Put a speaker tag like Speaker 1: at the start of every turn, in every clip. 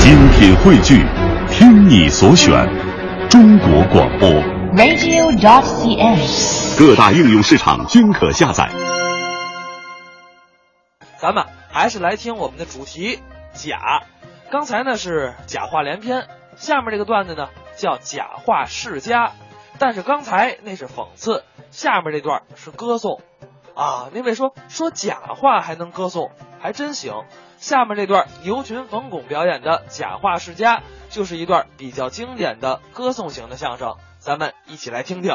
Speaker 1: 精品汇聚，听你所选，中国广播。
Speaker 2: radio.cn。
Speaker 1: 各大应用市场均可下载。
Speaker 3: 咱们还是来听我们的主题假。刚才呢是假话连篇，下面这个段子呢叫假话世家，但是刚才那是讽刺，下面这段是歌颂。啊，那位说说假话还能歌颂，还真行。下面这段牛群冯巩表演的假话世家，就是一段比较经典的歌颂型的相声，咱们一起来听听。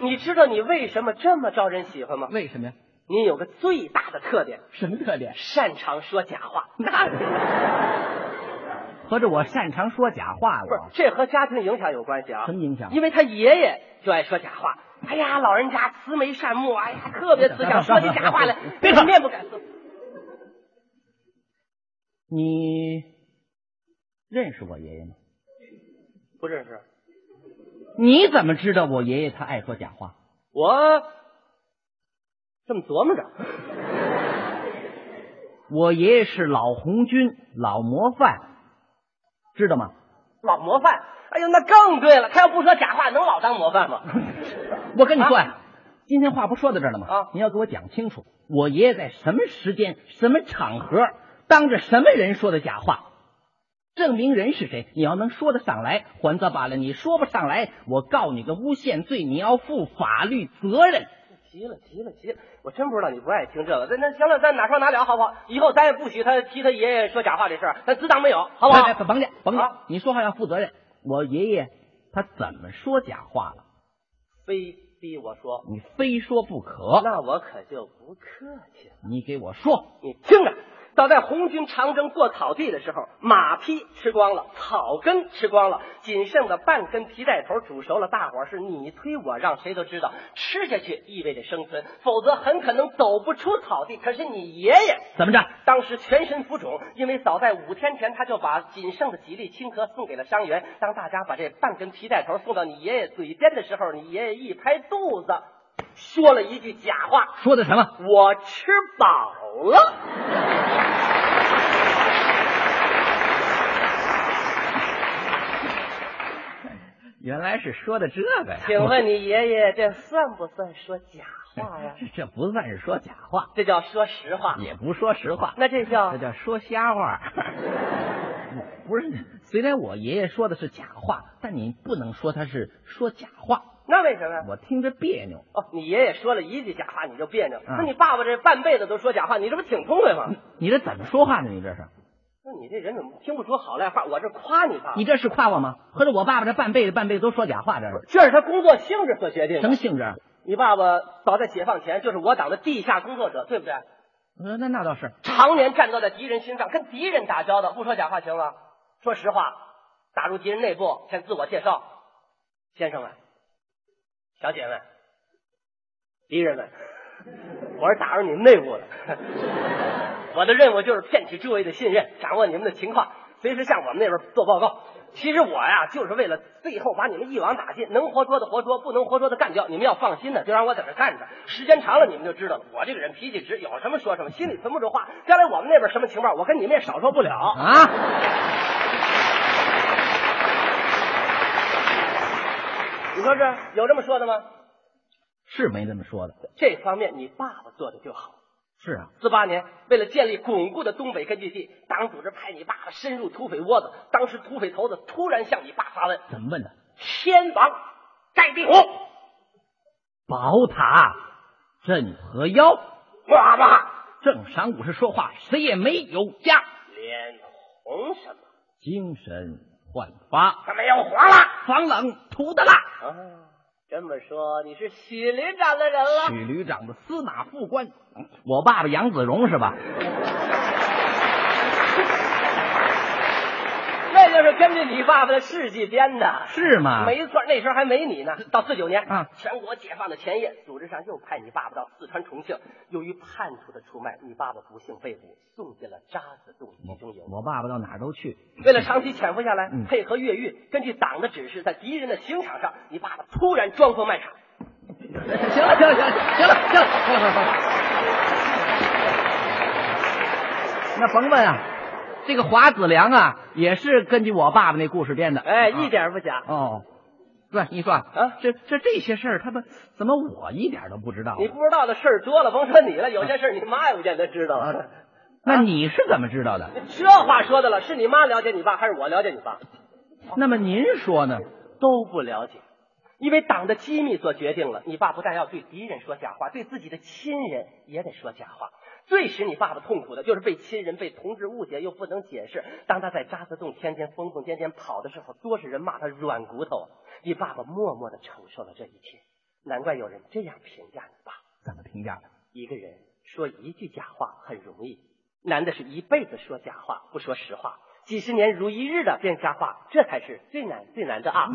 Speaker 4: 你知道你为什么这么招人喜欢吗？
Speaker 5: 为什么呀？
Speaker 4: 你有个最大的特点，
Speaker 5: 什么特点？
Speaker 4: 擅长说假话。
Speaker 5: 合着我擅长说假话
Speaker 4: 不是
Speaker 5: 我，
Speaker 4: 这和家庭影响有关系啊。
Speaker 5: 什么影响，
Speaker 4: 因为他爷爷就爱说假话。哎呀，老人家慈眉善目，哎呀，特别慈祥，说起假话来
Speaker 5: 别说
Speaker 4: 面不改色。
Speaker 5: 你认识我爷爷吗？
Speaker 4: 不认识
Speaker 5: 你怎么知道我爷爷他爱说假话？
Speaker 4: 我，这么琢磨着，
Speaker 5: 我爷爷是老红军，老模范，知道吗？
Speaker 4: 老模范。哎呦，那更对了，他要不说假话，能老当模范吗？
Speaker 5: 我跟你说呀、啊今天话不说到这儿了吗？
Speaker 4: 啊
Speaker 5: 你要给我讲清楚，我爷爷在什么时间、什么场合、当着什么人说的假话，证明人是谁。你要能说得上来，还则罢了；你说不上来，我告你个诬陷罪，你要负法律责任。
Speaker 4: 急了，急了，急了！我真不知道你不爱听这个。那那行了，咱哪说哪了，好不好？以后咱也不许他提他爷爷说假话这事儿，咱自当没有，好不好
Speaker 5: 来？来甭介，甭介
Speaker 4: 啊，
Speaker 5: 你说话要负责任。我爷爷他怎么说假话了？
Speaker 4: 非逼我说，
Speaker 5: 你非说不可，
Speaker 4: 那我可就不客气了。
Speaker 5: 你给我说。
Speaker 4: 你听着，早在红军长征过草地的时候，马匹吃光了，草根吃光了，仅剩的半根皮带头煮熟了。大伙儿是你推我让，谁都知道，吃下去意味着生存，否则很可能走不出草地。可是你爷爷
Speaker 5: 怎么着？
Speaker 4: 当时全身浮肿，因为早在五天前他就把仅剩的几粒青稞送给了伤员。当大家把这半根皮带头送到你爷爷嘴边的时候，你爷爷一拍肚子，说了一句假话
Speaker 5: 说的什么？：“
Speaker 4: 我吃饱了。
Speaker 5: 原来是说的这个呀”
Speaker 4: 请问你爷爷这算不算说假话呀？
Speaker 5: 这不算是说假话，
Speaker 4: 这叫说实话。
Speaker 5: 也不说实话，
Speaker 4: 那这叫
Speaker 5: 这叫说瞎话。 不是，虽然我爷爷说的是假话，但你不能说他是说假话，
Speaker 4: 那为什么呀？
Speaker 5: 我听着别扭。
Speaker 4: 哦，你爷爷说了一句假话你就别扭，
Speaker 5: 嗯
Speaker 4: 那你爸爸这半辈子都说假话，你这不挺痛快吗？
Speaker 5: 你这怎么说话呢？你这是？
Speaker 4: 那你这人怎么听不出好赖话？我这夸你爸爸
Speaker 5: 你。这是夸我吗？合着我爸爸这半辈子半辈子都说假话，这是
Speaker 4: 这是他工作性质所决定的。
Speaker 5: 什么性质？啊
Speaker 4: 你爸爸早在解放前就是我党的地下工作者，对不对？
Speaker 5: 呃，那那倒是，
Speaker 4: 常年战斗在敌人心脏，跟敌人打交道，不说假话行吗？说实话，打入敌人内部，先自我介绍，先生们，小姐们，敌人们， 我是打入你们内部的。我的任务就是骗取诸位的信任，掌握你们的情况，随时向我们那边做报告。其实我呀，就是为了最后把你们一网打尽，能活捉的活捉，不能活捉的干掉。你们要放心的，就让我在这干着。时间长了，你们就知道了。我这个人脾气直，有什么说什么，心里存不住话。将来我们那边什么情报，我跟你们也少说不了。
Speaker 5: 啊，
Speaker 4: 你说这有这么说的吗？
Speaker 5: 是没这么说的。
Speaker 4: 这方面你爸爸做的就好。
Speaker 5: 是啊，
Speaker 4: 四八年，为了建立巩固的东北根据地，党组织派你爸爸深入土匪窝子。当时土匪头子突然向你爸发问：“
Speaker 5: 怎么问的？
Speaker 4: 天王盖地虎，
Speaker 5: 宝塔镇河妖，
Speaker 4: 爸爸
Speaker 5: 正晌午时说话，谁也没有家，
Speaker 4: 脸红什么？
Speaker 5: 精神焕发，
Speaker 4: 怎么又黄了？
Speaker 5: 防冷涂的蜡。
Speaker 4: 啊，这么说你是许旅长的人 了？
Speaker 5: 许旅长的司马副官，我爸爸杨子荣是吧？
Speaker 4: 那就是根据你爸爸的事迹编的。
Speaker 5: 是吗？
Speaker 4: 没错，那时候还没你呢。到四九年，
Speaker 5: 啊
Speaker 4: 全国解放的前夜，组织上又派你爸爸到四川、重庆。由于叛徒的出卖，你爸爸不幸被捕，送进了渣滓洞集中营。
Speaker 5: 我爸爸到哪儿都去，
Speaker 4: 为了长期潜伏下来
Speaker 5: 嗯，
Speaker 4: 配合越狱，根据党的指示，在敌人的刑场上，你爸爸突然装疯卖傻。
Speaker 5: 行了行了行了行了行了行了行了行了，那甭问啊，这个华子良啊，也是根据我爸爸那故事编的。
Speaker 4: 哎，
Speaker 5: 啊
Speaker 4: 一点不假。
Speaker 5: 哦，对，你说
Speaker 4: 啊
Speaker 5: 这这这些事儿，他们怎么我一点都不知道啊？
Speaker 4: 你不知道的事儿多了，甭说你了，有些事儿你妈也不见得知道。
Speaker 5: 啊那你是怎么知道的？
Speaker 4: 这话说的了，是你妈了解你爸，还是我了解你爸？
Speaker 5: 那么您说呢？
Speaker 4: 都不了解，因为党的机密所决定了，你爸不但要对敌人说假话，对自己的亲人也得说假话。最使你爸爸痛苦的就是被亲人、被同志误解又不能解释。当他在渣滓洞天天疯疯癫癫跑的时候，多少人骂他软骨头啊！你爸爸默默的承受了这一切，难怪有人这样评价你爸。
Speaker 5: 怎么评价的？
Speaker 4: 一个人说一句假话很容易，难的是一辈子说假话，不说实话，几十年如一日的编瞎话，这才是最难最难的啊！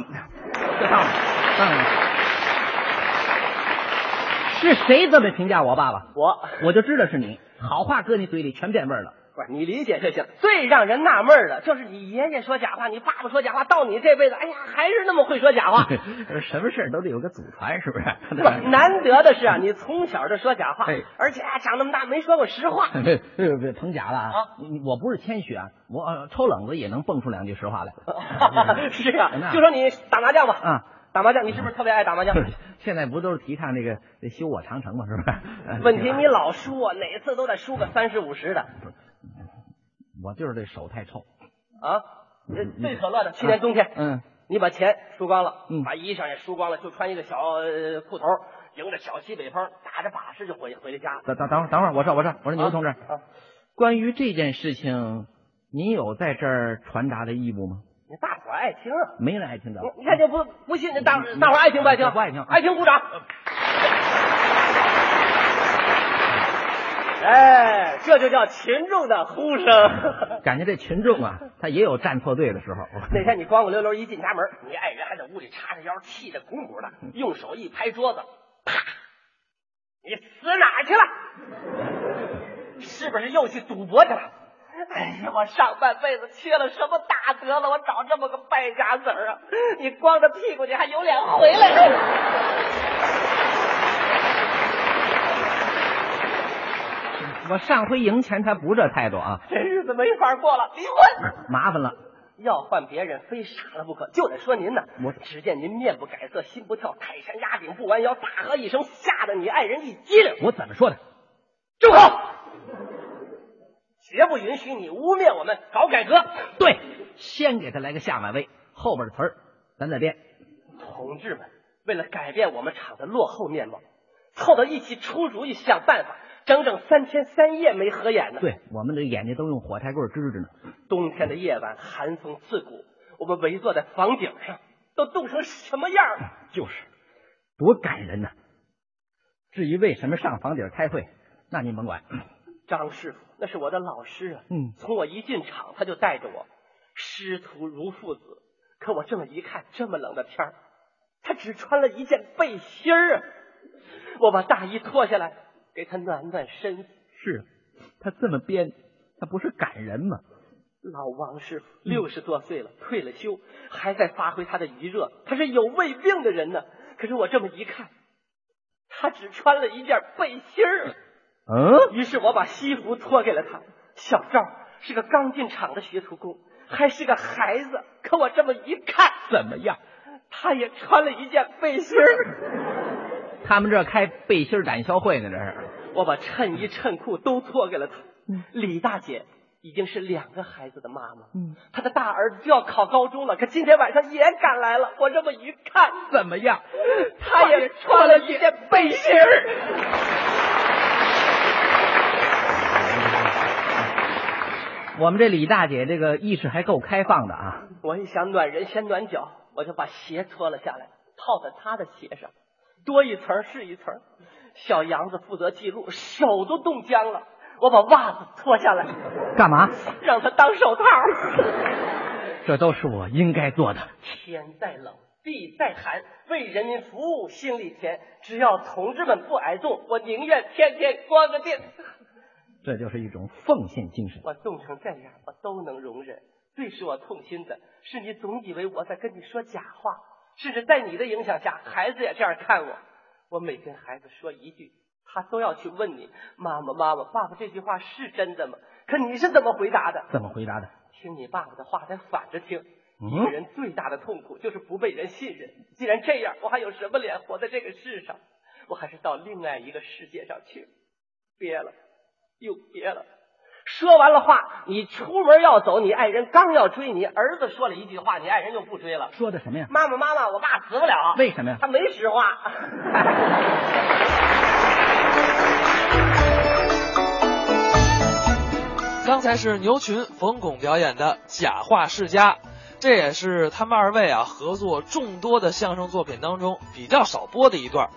Speaker 5: 这当然，当然是谁这么评价我爸爸，
Speaker 4: 我
Speaker 5: 我就知道是你。好话搁你嘴里全变味儿了。
Speaker 4: 不是你理解就行。最让人纳闷儿的就是你爷爷说假话，你爸爸说假话，到你这辈子，哎呀，还是那么会说假话。
Speaker 5: 什么事儿都得有个祖传，是不 是？
Speaker 4: 不是难得的是啊，你从小就说假话
Speaker 5: 哎，
Speaker 4: 而且啊，长那么大没说过实话。
Speaker 5: 别别别捧假了啊
Speaker 4: 啊！
Speaker 5: 你我不是谦虚啊，我呃抽冷子也能蹦出两句实话 来。
Speaker 4: 是啊，
Speaker 5: 那
Speaker 4: 就说你打麻将吧，
Speaker 5: 啊，
Speaker 4: 打麻将，你是不是特别爱打麻将？
Speaker 5: 现在不都是提倡这个这修我长城嘛，是不 呃是？
Speaker 4: 问题你老输啊，哪次都得输个三十五十的。
Speaker 5: 我就是这手太臭。
Speaker 4: 啊，这最可乐的，去年冬天，
Speaker 5: 嗯，
Speaker 4: 你把钱输光了，
Speaker 5: 嗯
Speaker 4: 把衣裳也输光了，就穿一个小、呃裤头，迎着小西北风，打着把式就回回了家了。
Speaker 5: 等等等会儿，等会儿，我说我说我说牛
Speaker 4: 啊
Speaker 5: 同志，
Speaker 4: 啊，
Speaker 5: 关于这件事情，您有在这儿传达的义务吗？
Speaker 4: 你大伙儿爱听啊，
Speaker 5: 没人爱听的。
Speaker 4: 你你看就不不信，这大伙儿嗯大伙儿爱听不爱听？
Speaker 5: 不爱听
Speaker 4: 爱听鼓掌。哎，这就叫群众的呼声。
Speaker 5: 感觉这群众啊，他也有站错队的时候。
Speaker 4: 那天你光光溜溜一进家门，你爱人还在屋里叉着腰，气得鼓鼓的，用手一拍桌子，啪！你死哪儿去了？是不是又去赌博去了？哎呀，我上半辈子缺了什么大德了？我找这么个败家子儿啊！你光着屁股，你还有脸回来了？
Speaker 5: 我上回赢钱他不这态度啊，
Speaker 4: 这日子没法过了，离婚！
Speaker 5: 麻烦了。
Speaker 4: 要换别人，非杀了不可。就得说您呢，
Speaker 5: 我
Speaker 4: 只见您面不改色，心不跳，泰山压顶不弯腰，大喝一声，吓得你爱人一激灵。
Speaker 5: 我怎么说的？
Speaker 4: 住口！绝不允许你污蔑我们搞改革。
Speaker 5: 对，先给他来个下马威，后边的词儿咱再编。
Speaker 4: 同志们，为了改变我们厂的落后面貌，凑到一起出主意、想办法，整整三天三夜没合眼呢。，
Speaker 5: 对我们的眼睛都用火柴棍支着呢。
Speaker 4: 冬天的夜晚，寒风刺骨，我们围坐在房顶上，都冻成什么样了？
Speaker 5: 就是，多感人呐、至于为什么上房顶开会，那您甭管。
Speaker 4: 张师傅那是我的老师啊，
Speaker 5: 嗯
Speaker 4: 从我一进厂他就带着我，师徒如父子。可我这么一看，这么冷的天儿，他只穿了一件背心儿啊！我把大衣脱下来给他暖暖身子。
Speaker 5: 是，他这么编，他不是感人吗？
Speaker 4: 老王师傅六十多岁了，退了休，还在发挥他的余热，他是有胃病的人呢。可是我这么一看，他只穿了一件背心儿啊。
Speaker 5: 嗯，
Speaker 4: 于是我把西服脱给了他。小赵是个刚进厂的学徒工，还是个孩子。可我这么一看，
Speaker 5: 怎么样？
Speaker 4: 他也穿了一件背心儿。
Speaker 5: 他们这开背心儿展销会呢，这是。
Speaker 4: 我把衬衣、衬裤都脱给了他。李大姐已经是两个孩子的妈妈，
Speaker 5: 嗯，
Speaker 4: 她的大儿子就要考高中了，可今天晚上也赶来了。我这么一看，
Speaker 5: 怎么样？
Speaker 4: 他也穿了一件背心儿。
Speaker 5: 我们这李大姐这个意识还够开放的啊！
Speaker 4: 我一想暖人先暖脚，我就把鞋脱了下来，套在他的鞋上，多一层是一层。小杨子负责记录，手都冻僵了。我把袜子脱下来，
Speaker 5: 干嘛？
Speaker 4: 让他当手套。
Speaker 5: 这都是我应该做的。
Speaker 4: 天再冷，地再寒，为人民服务心里甜。只要同志们不挨冻，我宁愿天天光着腚。
Speaker 5: 这就是一种奉献精神。
Speaker 4: 我冻成这样，我都能容忍。最使我痛心的是，你总以为我在跟你说假话，甚至在你的影响下，孩子也这样看我。我每跟孩子说一句，他都要去问你，妈妈，妈妈，爸爸这句话是真的吗？可你是怎么回答的？
Speaker 5: 怎么回答的？
Speaker 4: 听你爸爸的话，咱反着听。一个
Speaker 5: 嗯，
Speaker 4: 人最大的痛苦就是不被人信任。既然这样，我还有什么脸活在这个世上？我还是到另外一个世界上去。憋了，又憋了。说完了话，你出门要走，你爱人刚要追你，儿子说了一句话，你爱人又不追了。
Speaker 5: 说的什么呀？
Speaker 4: 妈妈，妈妈，我爸死不了。
Speaker 5: 为什么呀？
Speaker 4: 他没实话。
Speaker 3: 刚才是牛群、冯巩表演的《假话世家》，这也是他们二位啊合作众多的相声作品当中比较少播的一段儿。